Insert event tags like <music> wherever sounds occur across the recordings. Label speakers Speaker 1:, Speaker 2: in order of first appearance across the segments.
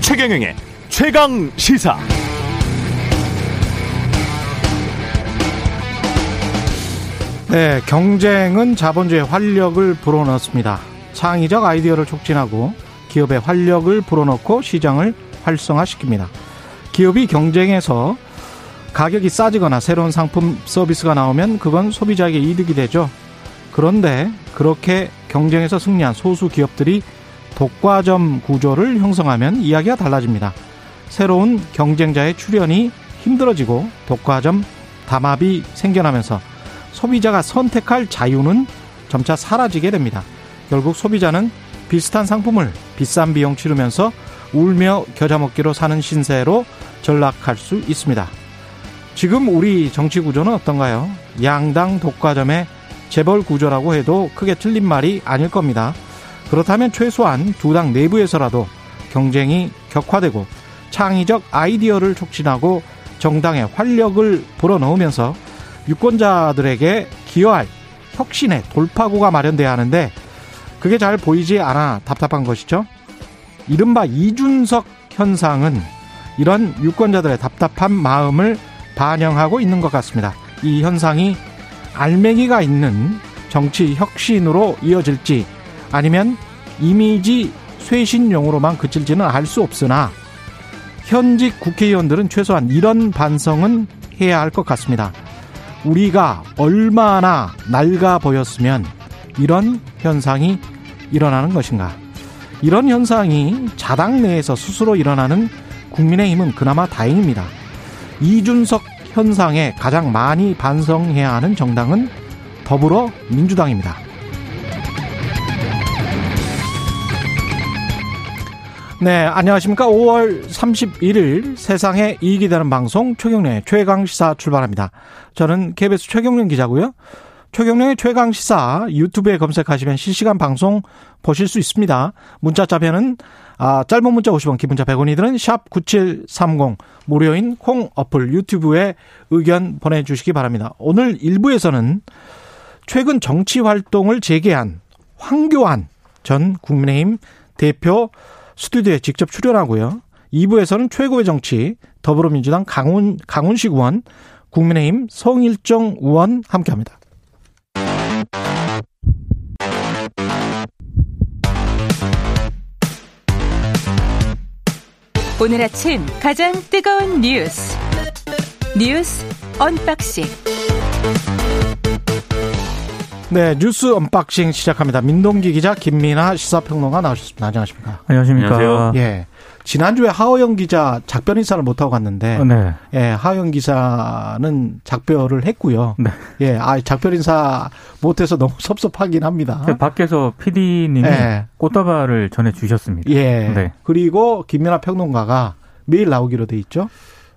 Speaker 1: 최경영의 최강 시사.
Speaker 2: 네, 경쟁은 자본주의 활력을 불어넣습니다. 창의적 아이디어를 촉진하고 기업의 활력을 불어넣고 시장을 활성화시킵니다. 기업이 경쟁에서 가격이 싸지거나 새로운 상품 서비스가 나오면 그건 소비자에게 이득이 되죠. 그런데 그렇게 경쟁에서 승리한 소수 기업들이 독과점 구조를 형성하면 이야기가 달라집니다. 새로운 경쟁자의 출현이 힘들어지고 독과점 담합이 생겨나면서 소비자가 선택할 자유는 점차 사라지게 됩니다. 결국 소비자는 비슷한 상품을 비싼 비용 치르면서 울며 겨자 먹기로 사는 신세로 전락할 수 있습니다. 지금 우리 정치 구조는 어떤가요? 양당 독과점의 재벌 구조라고 해도 크게 틀린 말이 아닐 겁니다. 그렇다면 최소한 두 당 내부에서라도 경쟁이 격화되고 창의적 아이디어를 촉진하고 정당의 활력을 불어넣으면서 유권자들에게 기여할 혁신의 돌파구가 마련돼야 하는데 그게 잘 보이지 않아 답답한 것이죠. 이른바 이준석 현상은 이런 유권자들의 답답한 마음을 반영하고 있는 것 같습니다. 이 현상이 알맹이가 있는 정치 혁신으로 이어질지 아니면 이미지 쇄신용으로만 그칠지는 알 수 없으나 현직 국회의원들은 최소한 이런 반성은 해야 할 것 같습니다. 우리가 얼마나 낡아 보였으면 이런 현상이 일어나는 것인가. 이런 현상이 자당 내에서 스스로 일어나는 국민의힘은 그나마 다행입니다. 이준석 현상에 가장 많이 반성해야 하는 정당은 더불어민주당입니다. 네, 안녕하십니까. 5월 31일 세상에 이익이 되는 방송 최경련의 최강시사 출발합니다. 저는 KBS 최경련 기자고요. 최경련의 최강시사 유튜브에 검색하시면 실시간 방송 보실 수 있습니다. 문자 자변은 아, 짧은 문자 50원, 긴 문자 100원이 드는 샵 9730 무료인 콩 어플 유튜브에 의견 보내주시기 바랍니다. 오늘 1부에서는 최근 정치 활동을 재개한 황교안 전 국민의힘 대표 스튜디오에 직접 출연하고요. 2부에서는 최고의 정치 더불어민주당 강훈 강훈식 의원, 국민의힘 성일정 의원 함께합니다.
Speaker 3: 오늘 아침 가장 뜨거운 뉴스 뉴스 언박싱.
Speaker 2: 네, 뉴스 언박싱 시작합니다. 민동기 기자, 김민아 시사평론가 나오셨습니다. 안녕하십니까?
Speaker 4: 안녕하십니까.
Speaker 1: 안녕하세요.
Speaker 2: 예. 지난주에 하호영 기자 작별 인사를 못하고 갔는데,
Speaker 4: 어, 네.
Speaker 2: 예, 하호영 기자는 작별을 했고요.
Speaker 4: 네.
Speaker 2: 예, 아, 작별 인사 못해서 너무 섭섭하긴
Speaker 4: <laughs>
Speaker 2: 합니다.
Speaker 4: 그 밖에서 PD님이
Speaker 2: 아. 예.
Speaker 4: 꽃다발을 전해 주셨습니다.
Speaker 2: 예.
Speaker 4: 네.
Speaker 2: 그리고 김민아 평론가가 매일 나오기로 돼 있죠.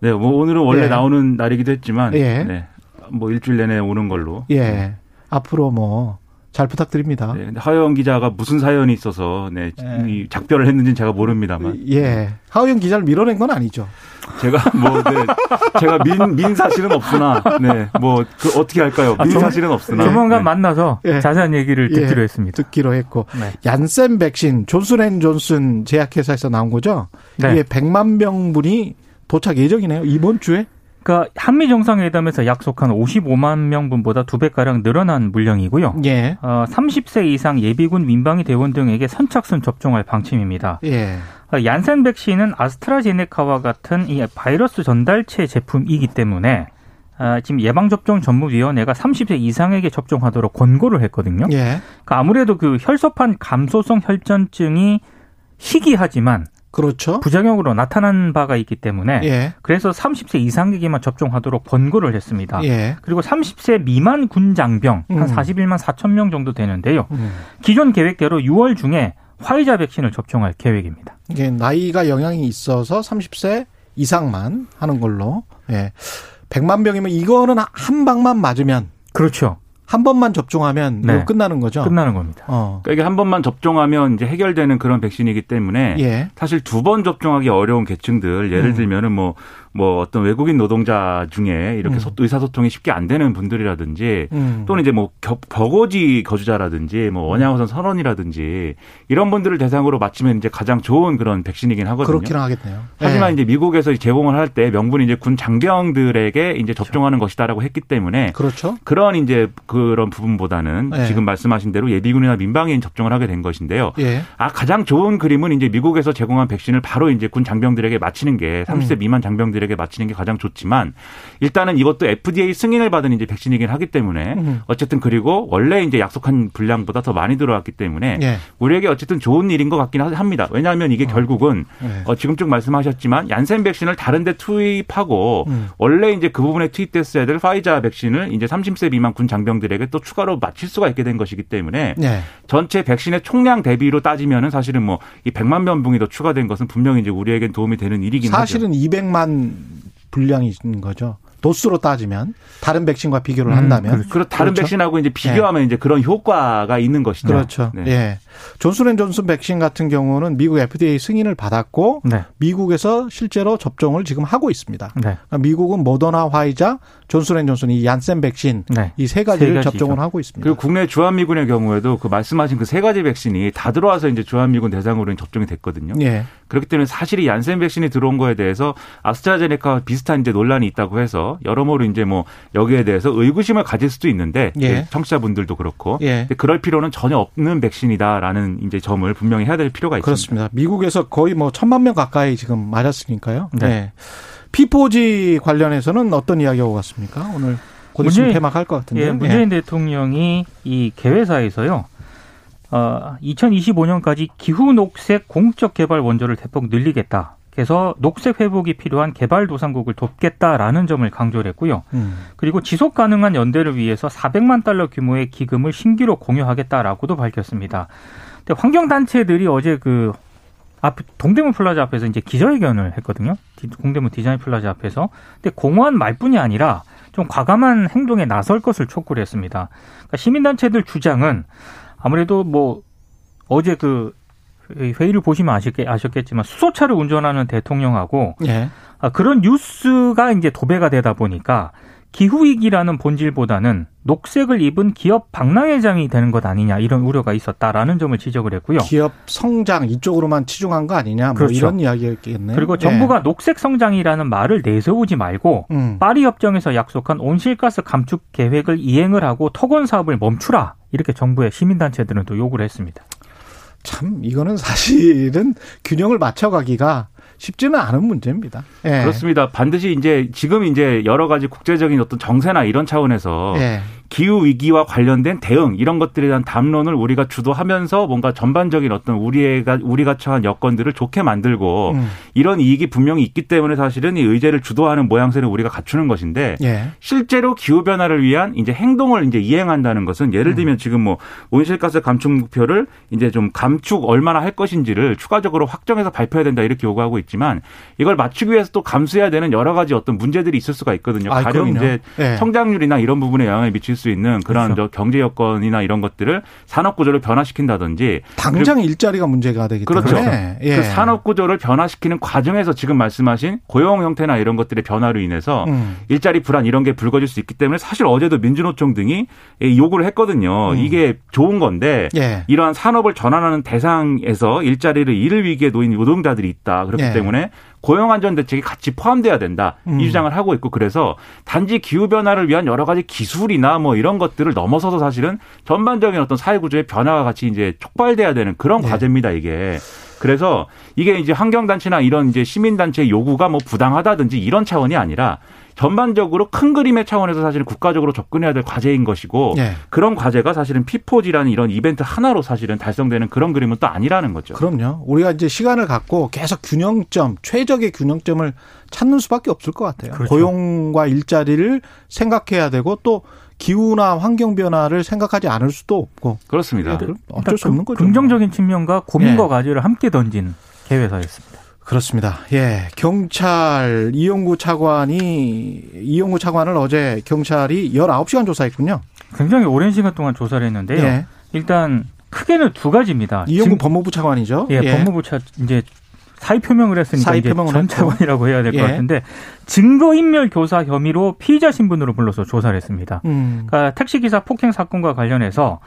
Speaker 5: 네, 뭐 오늘은 원래
Speaker 2: 예.
Speaker 5: 나오는 날이기도 했지만,
Speaker 2: 예.
Speaker 5: 네, 뭐 일주일 내내 오는 걸로.
Speaker 2: 예.
Speaker 4: 네.
Speaker 2: 앞으로 뭐, 잘 부탁드립니다.
Speaker 5: 네, 근데 하영 기자가 무슨 사연이 있어서 네,
Speaker 2: 예.
Speaker 5: 이 작별을 했는지는 제가
Speaker 4: 네.
Speaker 5: 모릅니다만
Speaker 2: 예. 하호영 기자를 밀어낸 건 아니죠.
Speaker 5: 제가 뭐 네, 제가 민, 민 사실은 없으나 네, 뭐그 어떻게 할까요?
Speaker 4: 아,
Speaker 5: 민
Speaker 4: 조-
Speaker 5: 사실은 없으나
Speaker 4: 조만간
Speaker 5: 네.
Speaker 4: 만나서
Speaker 2: 예.
Speaker 4: 자세한 얘기를 듣기로
Speaker 2: 예,
Speaker 4: 했습니다.
Speaker 2: 듣기로 했고
Speaker 4: 네.
Speaker 2: 얀센 백신 존슨앤존슨 제약회사에서 나온 거죠.
Speaker 4: 네.
Speaker 2: 이게 100만 명분이 도착 예정이네요. 이번 주에.
Speaker 4: 그러니까 한미 정상회담에서 약속한 55만 명분보다 두 배 가량 늘어난 물량이고요.
Speaker 2: 예.
Speaker 4: 어, 30세 이상 예비군 민방위 대원 등에게 선착순 접종할 방침입니다.
Speaker 2: 예.
Speaker 4: 어, 얀센 백신은 아스트라제네카와 같은 이 바이러스 전달체 제품이기 때문에 아, 지금 예방접종 전문위원회가 30세 이상에게 접종하도록 권고를 했거든요.
Speaker 2: 예.
Speaker 4: 그러니까 아무래도 그 혈소판 감소성 혈전증이 희귀하지만
Speaker 2: 그렇죠.
Speaker 4: 부작용으로 나타난 바가 있기 때문에
Speaker 5: 네.
Speaker 2: 예.
Speaker 4: 그래서 30세 이상에게만 접종하도록 권고를
Speaker 5: 아.
Speaker 4: 했습니다.
Speaker 2: 예.
Speaker 4: 그리고 30세 미만 군 장병 한
Speaker 2: 음.
Speaker 4: 41만 4천 명 정도 되는데요.
Speaker 2: 음.
Speaker 4: 기존 계획대로 6월 중에 화이자 백신을 접종할 계획입니다.
Speaker 2: 이게 나이가 영향이 있어서 30세 이상만 하는 걸로. 예. 100만 명이면 이거는 한 방만 맞으면
Speaker 4: 그렇죠.
Speaker 2: 한 번만 접종하면
Speaker 4: 네.
Speaker 2: 이거 끝나는 거죠.
Speaker 4: 끝나는 겁니다.
Speaker 2: 어.
Speaker 5: 그러니까 이게 한 번만 접종하면 이제 해결되는 그런 백신이기 때문에
Speaker 2: 예.
Speaker 5: 사실 두 번 접종하기 어려운 계층들 예를
Speaker 2: 음.
Speaker 5: 들면은 뭐 뭐 뭐 어떤 외국인 노동자 중에 이렇게
Speaker 2: 음.
Speaker 5: 소- 의사소통이 쉽게 안 되는 분들이라든지
Speaker 2: 음.
Speaker 5: 또는 이제 뭐 겨- 버거지 거주자라든지 뭐 원양어선 선원이라든지 이런 분들을 대상으로 맞추면 이제 가장 좋은 그런 백신이긴 하거든요.
Speaker 2: 그렇긴 하겠네요.
Speaker 5: 하지만
Speaker 2: 예.
Speaker 5: 이제 미국에서 제공을 할 때 명분이 이제 군 장병들에게 이제 접종하는 것이다라고 했기 때문에
Speaker 2: 그렇죠.
Speaker 5: 그런 이제 그런 부분보다는
Speaker 2: 네.
Speaker 5: 지금 말씀하신 대로 예비군이나 민방위인 접종을 하게 된 것인데요.
Speaker 2: 예.
Speaker 5: 아 가장 좋은 그림은 이제 미국에서 제공한 백신을 바로 이제 군 장병들에게 맞히는 게 30세
Speaker 2: 음.
Speaker 5: 미만 장병들에게 맞히는 게 가장 좋지만 일단은 이것도 FDA 승인을 받은 이제 백신이긴 하기 때문에
Speaker 2: 음.
Speaker 5: 어쨌든 그리고 원래 이제 약속한 분량보다 더 많이 들어왔기 때문에
Speaker 2: 예.
Speaker 5: 우리에게 어쨌든 좋은 일인 것 같긴 하- 합니다. 왜냐하면 이게 결국은
Speaker 2: 예.
Speaker 5: 어, 지금 쭉 말씀하셨지만 얀센 백신을 다른데 투입하고
Speaker 2: 음.
Speaker 5: 원래 이제 그 부분에 투입됐어야 될 파이자 백신을 이제 30세 미만 군 장병들에게 또 추가로 맞출 수가 있게 된 것이기 때문에
Speaker 2: 예.
Speaker 5: 전체 백신의 총량 대비로 따지면은 사실은 뭐 이 100만 면봉이 더 추가된 것은 분명히 이제 우리에겐 도움이 되는 일이긴 하죠.
Speaker 2: 사실은 200만 분량인 거죠. 도수로 따지면 다른 백신과 비교를 한다면
Speaker 5: 음, 그렇 다른
Speaker 2: 그렇죠.
Speaker 5: 백신하고 이제 비교하면 이제 그런 효과가 있는 것이죠.
Speaker 2: 그렇죠.
Speaker 5: 네.
Speaker 2: 예. 존슨앤존슨 백신 같은 경우는 미국 FDA 승인을 받았고
Speaker 4: 네.
Speaker 2: 미국에서 실제로 접종을 지금 하고 있습니다.
Speaker 4: 네.
Speaker 2: 그러니까 미국은 모더나, 화이자, 존슨앤존슨 이 얀센 백신
Speaker 4: 네.
Speaker 2: 이 세 가지를
Speaker 4: 세 가지죠.
Speaker 2: 접종을 하고 있습니다.
Speaker 5: 그리고 국내 주한미군의 경우에도 그 말씀하신 그 세 가지 백신이 다 들어와서 이제 주한미군 대상으로 접종이 됐거든요.
Speaker 2: 예.
Speaker 5: 그렇기 때문에 사실 이 얀센 백신이 들어온 거에 대해서 아스트라제네카와 비슷한 이제 논란이 있다고 해서 여러모로 이제 뭐 여기에 대해서 의구심을 가질 수도 있는데
Speaker 2: 예.
Speaker 5: 청취자분들도 그렇고
Speaker 2: 예.
Speaker 5: 근데 그럴 필요는 전혀 없는 백신이다라는 이제 점을 분명히 해야 될 필요가 있습니다.
Speaker 2: 그렇습니다. 미국에서 거의 뭐 천만 명 가까이 지금 맞았으니까요.
Speaker 4: 네.
Speaker 2: 네. 피포지 관련해서는 어떤 이야기가 오갔습니까? 오늘 곧 있으면
Speaker 4: 문재인-
Speaker 2: 폐막할 것 같은데.
Speaker 4: 예, 문재인 대통령이 이 개회사에서요. 어, 2025년까지 기후 녹색 공적 개발 원조를 대폭 늘리겠다. 그래서 녹색 회복이 필요한 개발 도상국을 돕겠다라는 점을 강조를 했고요.
Speaker 2: 음.
Speaker 4: 그리고 지속 가능한 연대를 위해서 400만 달러 규모의 기금을 신규로 공유하겠다라고도 밝혔습니다. 근데 환경 단체들이 어제 그 앞, 동대문 플라자 앞에서 이제 기자회견을 했거든요. 디- 동대문 디자인 플라자 앞에서. 근데 공허한 말뿐이 아니라 좀 과감한 행동에 나설 것을 촉구를 했습니다. 그러니까 시민단체들 주장은 아무래도 뭐 어제 그 회의를 보시면 아셨겠, 아셨겠지만 수소차를 운전하는 대통령하고
Speaker 2: 예.
Speaker 4: 아, 그런 뉴스가 이제 도배가 되다 보니까 기후위기라는 본질보다는 녹색을 입은 기업 박람회장이 되는 것 아니냐 이런 우려가 있었다라는 점을 지적을 했고요.
Speaker 2: 기업 성장 이쪽으로만 치중한 거 아니냐? 뭐
Speaker 4: 그렇죠.
Speaker 2: 이런 이야기였겠네요.
Speaker 4: 그리고
Speaker 2: 예.
Speaker 4: 정부가 녹색 성장이라는 말을 내세우지 말고
Speaker 2: 음.
Speaker 4: 파리 협정에서 약속한 온실가스 감축 계획을 이행을 하고 토건 사업을 멈추라 이렇게 정부의 시민단체들은 또 요구를 했습니다.
Speaker 2: 참 이거는 사실은 균형을 맞춰가기가 쉽지는 않은 문제입니다. 예.
Speaker 5: 그렇습니다. 반드시 이제 지금 이제 여러 가지 국제적인 어떤 정세나 이런 차원에서
Speaker 2: 예.
Speaker 5: 기후 위기와 관련된 대응 이런 것들에 대한 담론을 우리가 주도하면서 뭔가 전반적인 어떤 우리가 우리가 처한 여건들을 좋게
Speaker 4: 어.
Speaker 5: 만들고
Speaker 2: 음.
Speaker 5: 이런 이익이 분명히 있기 때문에 사실은 이 의제를 주도하는 모양새를 우리가 갖추는 것인데
Speaker 2: 예.
Speaker 5: 실제로 기후 변화를 위한 이제 행동을 이제 이행한다는 것은 예를
Speaker 2: 음.
Speaker 5: 들면 지금 뭐 온실가스 감축 목표를 이제 좀 감축 얼마나 할 것인지를 추가적으로 확정해서 발표해야 된다 이렇게 요구하고 있지만 이걸 맞추기 위해서 또 감수해야 되는 여러 가지 어떤 문제들이 있을 수가 있거든요.
Speaker 2: 아이,
Speaker 5: 가령
Speaker 2: 그럼요.
Speaker 5: 이제
Speaker 2: 예.
Speaker 5: 성장률이나 이런 부분에 영향을 미칠 수 있는 그런
Speaker 2: 그렇죠.
Speaker 5: 저 경제 여건이나 이런 것들을 산업 구조를 변화시킨다든지
Speaker 2: 당장 일자리가 문제가 되기 때문에
Speaker 5: 그렇죠.
Speaker 2: 예.
Speaker 5: 그 산업 구조를 변화시키는 과정에서 지금 말씀하신 고용 형태나 이런 것들의 변화로 인해서
Speaker 2: 음.
Speaker 5: 일자리 불안 이런 게 불거질 수 있기 때문에 사실 어제도 민주노총 등이 이 요구를 했거든요. 이게 좋은 건데
Speaker 2: 예.
Speaker 5: 이러한 산업을 전환하는 대상에서 일자리를 잃을 위기에 놓인 노동자들이 있다. 그렇기
Speaker 2: 예.
Speaker 5: 때문에 고용안전 대책이 같이 포함돼야 된다.
Speaker 2: 음.
Speaker 5: 이 주장을 하고 있고 그래서 단지 기후 변화를 위한 여러 가지 기술이나 뭐 이런 것들을 넘어서서 사실은 전반적인 어떤 사회 구조의 변화가 같이 이제 촉발돼야 되는 그런
Speaker 2: 네.
Speaker 5: 과제입니다. 이게. 그래서 이게 이제 환경단체나 이런 이제 시민단체의 요구가 뭐 부당하다든지 이런 차원이 아니라 전반적으로 큰 그림의 차원에서 사실은 국가적으로 접근해야 될 과제인
Speaker 4: 어.
Speaker 5: 것이고
Speaker 2: 예.
Speaker 5: 그런 과제가 사실은 피포지라는 이런 이벤트 하나로 사실은 달성되는 그런 그림은 또 아니라는 거죠.
Speaker 2: 그럼요. 우리가 이제 시간을 갖고 계속 균형점, 최적의 균형점을 찾는 수밖에 없을 것 같아요.
Speaker 4: 그렇죠.
Speaker 2: 고용과 일자리를 생각해야 되고 또 기후나 환경 변화를 생각하지 않을 수도 없고
Speaker 5: 그렇습니다.
Speaker 2: 네. 어쩔 수 없는 거죠.
Speaker 4: 네. 그러니까 긍정적인 측면과 고민과
Speaker 2: 예.
Speaker 4: 과제를 함께 던진 개회사였습니다.
Speaker 2: 그렇습니다. 예. 경찰 이용구 차관이 이용구 차관을 어제 경찰이 19시간 조사했군요.
Speaker 4: 굉장히 오랜 시간 동안 조사를 했는데요.
Speaker 2: 예.
Speaker 4: 일단 크게는 두 가지입니다.
Speaker 2: 이용구
Speaker 4: 증-
Speaker 2: 법무부 차관이죠.
Speaker 4: 예, 법무부 차 예, 이제 사의 표명을
Speaker 2: 어? 예.
Speaker 4: 했으니까
Speaker 2: 사의
Speaker 4: 이제
Speaker 2: 표명을
Speaker 4: 전
Speaker 2: 했고.
Speaker 4: 차관이라고 해야 될 것
Speaker 2: 예.
Speaker 4: 같은데 증거인멸 교사 혐의로 피의자 신분으로 불러서 조사를 했습니다.
Speaker 2: 음.
Speaker 4: 그러니까 택시기사 폭행 사건과 관련해서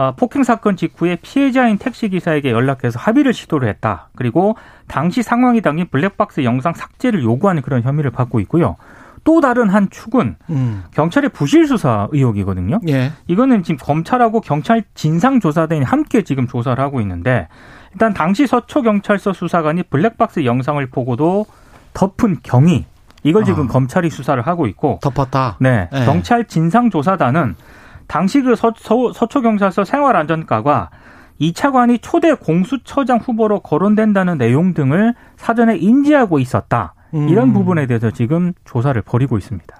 Speaker 4: 아, 폭행 사건 직후에 피해자인 택시기사에게 연락해서 합의를 시도를 했다. 그리고 당시 상황이 담긴 블랙박스 영상 삭제를 요구하는 그런 혐의를 받고 있고요. 또 다른 한 축은
Speaker 2: 음.
Speaker 4: 경찰의 부실 수사 의혹이거든요.
Speaker 2: 예.
Speaker 4: 이거는 지금 검찰하고 경찰 진상조사단이 함께 지금 조사를 하고 있는데 일단 당시 서초경찰서 수사관이 블랙박스 영상을 보고도 덮은 경위 이걸 지금
Speaker 2: 아.
Speaker 4: 검찰이 수사를 하고 있고
Speaker 2: 덮었다.
Speaker 4: 네.
Speaker 2: 네.
Speaker 4: 경찰 진상조사단은 당시 그 서, 초경찰서 생활안전과가 이 차관이 초대 공수처장 후보로 거론된다는 내용 등을 사전에 인지하고 있었다. 이런
Speaker 2: 음.
Speaker 4: 부분에 대해서 지금 조사를 벌이고 있습니다.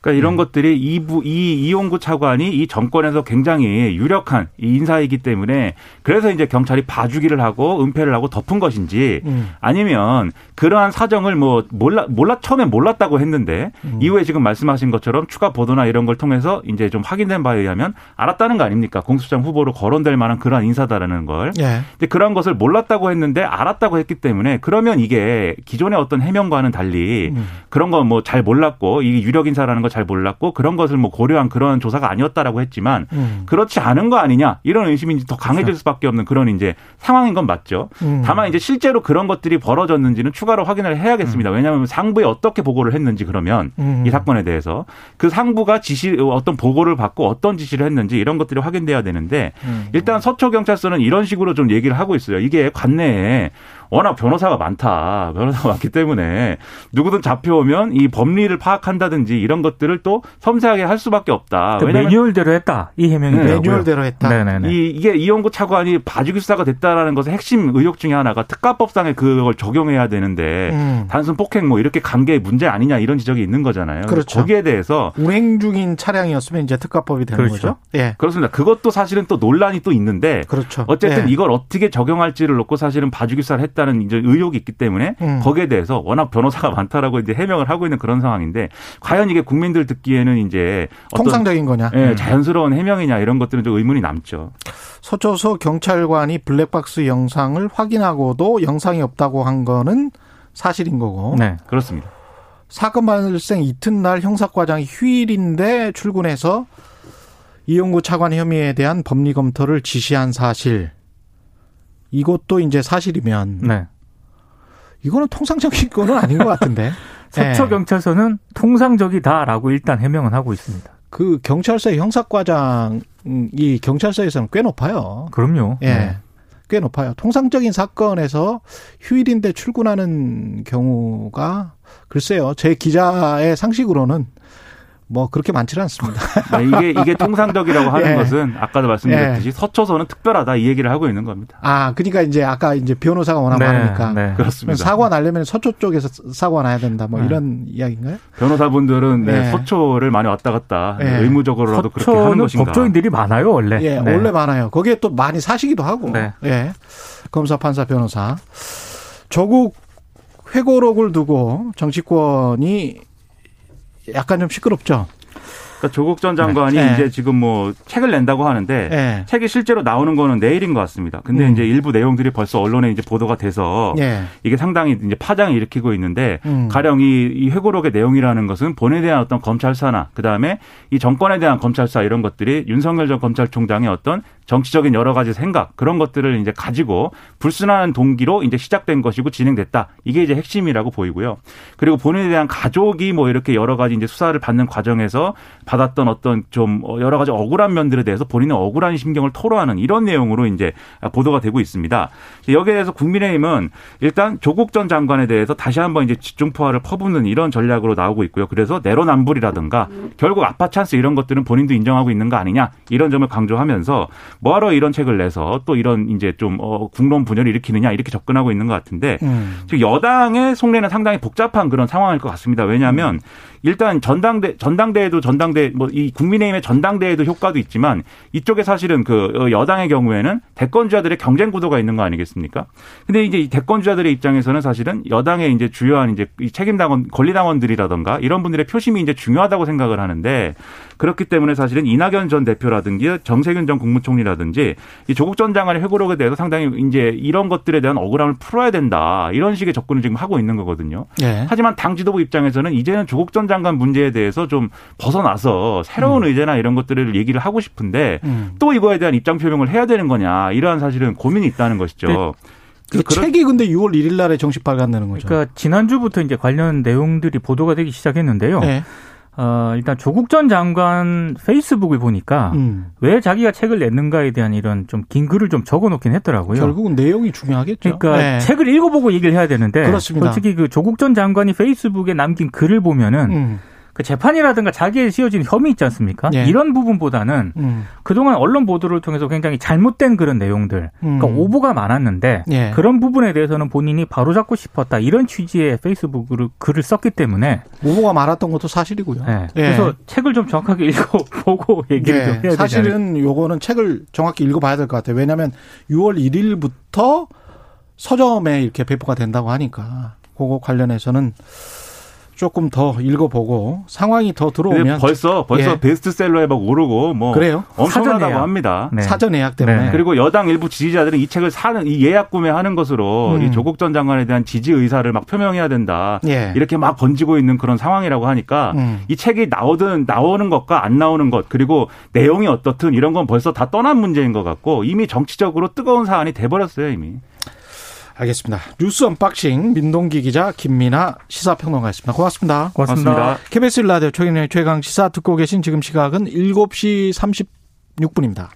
Speaker 5: 그러니까 이런 것들이 이부 이 이용구 차관이 이 정권에서 굉장히 유력한 이 인사이기 때문에 그래서 이제 경찰이 봐주기를 하고 은폐를 하고 덮은 것인지
Speaker 2: 음.
Speaker 5: 아니면 그러한 사정을 뭐 몰라 몰라 처음에 몰랐다고 했는데
Speaker 2: 음.
Speaker 5: 이후에 지금 말씀하신 것처럼 추가 보도나 이런 걸 통해서 이제 좀 확인된 바에 의하면 알았다는 거 아닙니까? 공수처장 후보로 거론될 만한 그러한 인사다라는 걸.
Speaker 2: 예.
Speaker 5: 이제 그런 것을 몰랐다고 했는데 알았다고 했기 때문에 그러면 이게 기존의 어떤 해명과는 달리 그런 건 뭐 잘 몰랐고 이 유력 인사라는 거 잘 몰랐고 그런 것을 뭐 고려한 그런 조사가 아니었다라고 했지만
Speaker 2: 음.
Speaker 5: 그렇지 않은 거 아니냐 이런 의심이 이제 더 강해질 수밖에 없는 그런 이제 상황인 건 맞죠.
Speaker 2: 음.
Speaker 5: 다만 이제 실제로 그런 것들이 벌어졌는지는 추가로 확인을 해야겠습니다. 왜냐하면 상부에 어떻게 보고를 했는지 그러면
Speaker 2: 음.
Speaker 5: 이 사건에 대해서 그 상부가 지시 어떤 보고를 받고 어떤 지시를 했는지 이런 것들이 확인돼야 되는데
Speaker 2: 음.
Speaker 5: 일단 서초 경찰서는 이런 식으로 좀 얘기를 하고 있어요. 이게 관내에 워낙 변호사가 많다. 변호사가 <laughs> 많기 때문에 누구든 잡혀오면 이 법리를 파악한다든지 이런 것들을 또 섬세하게 할 수밖에 없다.
Speaker 4: 그러니까
Speaker 5: 왜냐하면
Speaker 4: 매뉴얼대로 했다. 이 해명이더라고요.
Speaker 2: 아, 네, 매뉴얼대로 했다.
Speaker 4: 음. 네네네.
Speaker 5: 이, 이게 이용구 차관이 봐주기 수사가 됐다라는 것의 핵심 의혹 중에 하나가 특가법상에 그걸 적용해야 되는데
Speaker 2: 음.
Speaker 5: 단순 폭행 뭐 이렇게 관계의 문제 아니냐 이런 지적이 있는 거잖아요.
Speaker 2: 그렇죠.
Speaker 5: 거기에 대해서
Speaker 2: 운행 중인 차량이었으면 이제 특가법이 되는
Speaker 4: 그렇죠.
Speaker 2: 거죠. 예.
Speaker 5: 그렇습니다. 그것도 사실은 또 논란이 또 있는데
Speaker 2: 그렇죠.
Speaker 5: 어쨌든
Speaker 2: 예.
Speaker 5: 이걸 어떻게 적용할지를 놓고 사실은 봐주기 수사를 했다는 이제 의혹이 있기 때문에
Speaker 2: 음.
Speaker 5: 거기에 대해서 워낙 변호사가 <laughs> 많다라고 이제 해명을 하고 있는 그런 상황인데 과연 이게 국민들 듣기에는 이제 어떤
Speaker 2: 통상적인 거냐?
Speaker 5: 예, 자연스러운 해명이냐 이런 것들은 좀 의문이 남죠.
Speaker 2: 서초소 경찰관이 블랙박스 영상을 확인하고도 영상이 없다고 한 거는 사실인 거고
Speaker 4: 네.
Speaker 5: 그렇습니다.
Speaker 2: 사건 발생 이튿날 형사과장이 휴일인데 출근해서 이용구 차관 혐의에 대한 법리 검토를 지시한 사실 이것도 이제 사실이면
Speaker 4: 네.
Speaker 2: 이거는 통상적인 거는 아닌 것 같은데
Speaker 4: 서초
Speaker 2: 예.
Speaker 4: 경찰서는 통상적이다라고 일단 해명은 하고 있습니다.
Speaker 2: 그 경찰서의 형사과장이 경찰서에서는 꽤 높아요.
Speaker 4: 그럼요.
Speaker 2: 예.
Speaker 4: 네.
Speaker 2: 꽤 높아요. 통상적인 사건에서 휴일인데 출근하는 경우가 글쎄요. 제 기자의 상식으로는 뭐 그렇게 많지는 않습니다.
Speaker 4: <laughs>
Speaker 5: 네, 이게 이게 통상적이라고 하는
Speaker 2: <laughs> 예.
Speaker 5: 것은 아까도 말씀드렸듯이 서초서는 특별하다 이 얘기를 하고 있는 겁니다.
Speaker 2: 아, 그러니까 이제 아까 이제 변호사가 워낙
Speaker 4: 네,
Speaker 2: 많으니까
Speaker 4: 네.
Speaker 5: 그렇습니다.
Speaker 2: 예. 사고 나려면 서초 쪽에서 사고 나야 된다. 뭐
Speaker 4: 네.
Speaker 2: 이런 이야기인가요?
Speaker 5: 변호사분들은 네,
Speaker 2: 예.
Speaker 5: 서초를 많이 왔다 갔다
Speaker 2: 예.
Speaker 5: 의무적으로라도 그렇게 하는
Speaker 4: 서초는
Speaker 5: 것인가.
Speaker 4: 법조인들이 많아요 원래.
Speaker 2: 예,
Speaker 4: 네.
Speaker 2: 원래 많아요. 거기에 또 많이 사시기도 하고.
Speaker 4: 네.
Speaker 2: 예. 검사, 판사, 변호사. 조국 회고록을 두고 정치권이 약간 좀 시끄럽죠.
Speaker 5: 그러니까 조국 전 장관이
Speaker 2: 네.
Speaker 5: 이제 지금 뭐 책을 낸다고 하는데
Speaker 4: 네.
Speaker 2: 예.
Speaker 5: 책이 실제로 나오는 거는 내일인 것 같습니다. 근데
Speaker 2: 음.
Speaker 5: 이제 일부 내용들이 벌써 언론에 이제 보도가
Speaker 4: 어.
Speaker 5: 돼서
Speaker 2: 예.
Speaker 5: 이게 상당히 이제 파장을 일으키고 있는데
Speaker 2: 음.
Speaker 5: 가령 이, 이 회고록의 내용이라는 것은 본에 대한 어떤 검찰 사나 그다음에 이 정권에 대한 검찰 사 이런 것들이 윤석열 전 검찰총장의 어떤 정치적인 여러 가지 생각 그런 것들을 이제 가지고 불순한 동기로 이제 시작된 것이고 진행됐다. 이게 이제 핵심이라고 보이고요. 그리고 본인에 대한 가족이 뭐 이렇게 여러 가지 이제 수사를 받는 과정에서 받았던 어떤 좀 여러 가지 억울한 면들에 대해서 본인의 억울한 심경을 토로하는 이런 내용으로 이제 보도가 되고 있습니다. 여기에 대해서 국민의힘은 일단 조국 전 장관에 대해서 다시 한번 이제 집중포화를 퍼붓는 이런 전략으로 나오고 있고요. 그래서 내로남불이라든가 결국 아파 찬스 이런 것들은 본인도 인정하고 있는 거 아니냐 이런 점을 강조하면서 뭐하러 이런 책을 내서 또 이런 이제 좀 어, 국론 분열을 일으키느냐 이렇게 접근하고 있는 것 같은데
Speaker 2: 음.
Speaker 5: 지금 여당의 속내는 상당히 복잡한 그런 상황일 것 같습니다. 왜냐하면 일단 전당대 전당대회도 전당대 뭐 이 국민의힘의 전당대회도 효과도 있지만 이쪽에 사실은 그 어, 여당의 경우에는 대권주자들의 경쟁 구도가 있는 거 아니겠습니까? 근데 이제 이 대권주자들의 입장에서는 사실은 여당의 이제 주요한 이제 이 책임당원 권리당원들이라던가 이런 분들의 표심이 이제 중요하다고 생각을 하는데 그렇기 때문에 사실은 이낙연 전 대표라든지 정세균 전 국무총리라든지 이 조국 전 장관의 회고록에 대해서 상당히 이제 이런 것들에 대한 억울함을 풀어야 된다 이런 식의 접근을 지금 하고 있는 거거든요.
Speaker 2: 예.
Speaker 5: 하지만 당 지도부 입장에서는 이제는 조국 전 장관 문제에 대해서 좀 벗어나서 새로운 의제나 이런 것들을 얘기를 하고 싶은데
Speaker 2: 음.
Speaker 5: 또 이거에 대한 입장 표명을 해야 되는 거냐 이러한 사실은 고민이 있다는 것이죠.
Speaker 2: 그
Speaker 5: 그런-
Speaker 2: 책이 근데 6월 1일 날에 정식 발간되는 거죠.
Speaker 4: 그러니까 지난주부터 이제 관련 내용들이 보도가 되기 시작했는데요.
Speaker 2: 예.
Speaker 4: 어, 일단 조국 전 장관 페이스북을 보니까
Speaker 2: 음.
Speaker 4: 왜 자기가 책을 냈는가에 대한 이런 좀 긴 글을 좀 적어놓긴 했더라고요.
Speaker 2: 결국은 내용이 중요하겠죠.
Speaker 4: 그러니까
Speaker 2: 네.
Speaker 4: 책을 읽어보고 얘기를 해야 되는데
Speaker 2: 그렇습니다.
Speaker 4: 솔직히 그 조국 전 장관이 페이스북에 남긴 글을 보면은
Speaker 2: 음.
Speaker 4: 그 재판이라든가 자기에 씌워진 혐의 있지 않습니까?
Speaker 2: 예.
Speaker 4: 이런 부분보다는
Speaker 2: 음.
Speaker 4: 그동안 언론 보도를 통해서 굉장히 잘못된 그런 내용들,
Speaker 2: 음.
Speaker 4: 그러니까 오보가 많았는데
Speaker 2: 예.
Speaker 4: 그런 부분에 대해서는 본인이 바로잡고 싶었다 이런 취지의 페이스북으로 글을 썼기 때문에
Speaker 2: 오보가 많았던 것도 사실이고요.
Speaker 4: 예. 그래서 책을 좀 정확하게 <laughs> 읽어보고 얘기를 좀 해야 되지 않을까.
Speaker 2: 예. 네. 사실은 요거는 책을 정확히 읽어봐야 될 것 같아요. 왜냐하면 6월 1일부터 서점에 이렇게 배포가 된다고 하니까 그거 관련해서는 조금 더 읽어보고 상황이 더
Speaker 5: 근데
Speaker 2: 들어오면
Speaker 5: 벌써 벌써
Speaker 2: 예.
Speaker 5: 베스트셀러에 막 오르고 뭐
Speaker 2: 그래요?
Speaker 5: 엄청나다고
Speaker 4: 사전에요.
Speaker 5: 합니다.
Speaker 4: 네.
Speaker 2: 사전 예약 때문에
Speaker 4: 네.
Speaker 5: 그리고 여당 일부 지지자들은 이 책을 사는 이 예약 구매하는 것으로
Speaker 2: 음.
Speaker 5: 이 조국 전 장관에 대한 지지 의사를 막 표명해야 된다.
Speaker 2: 예.
Speaker 5: 이렇게 막 번지고 있는 그런 상황이라고 하니까
Speaker 2: 음.
Speaker 5: 이 책이 나오든 나오는 것과 안 나오는 것 그리고 내용이 어떻든 이런 건 벌써 다 떠난 문제인 것 같고 이미 정치적으로 뜨거운 사안이 돼버렸어요 이미.
Speaker 2: 알겠습니다. 뉴스 언박싱 민동기 기자 김민아 시사평론가였습니다. 고맙습니다.
Speaker 4: 고맙습니다.
Speaker 2: KBS 라디오 최경의 최강 시사 듣고 계신 지금 시각은 7시 36분입니다.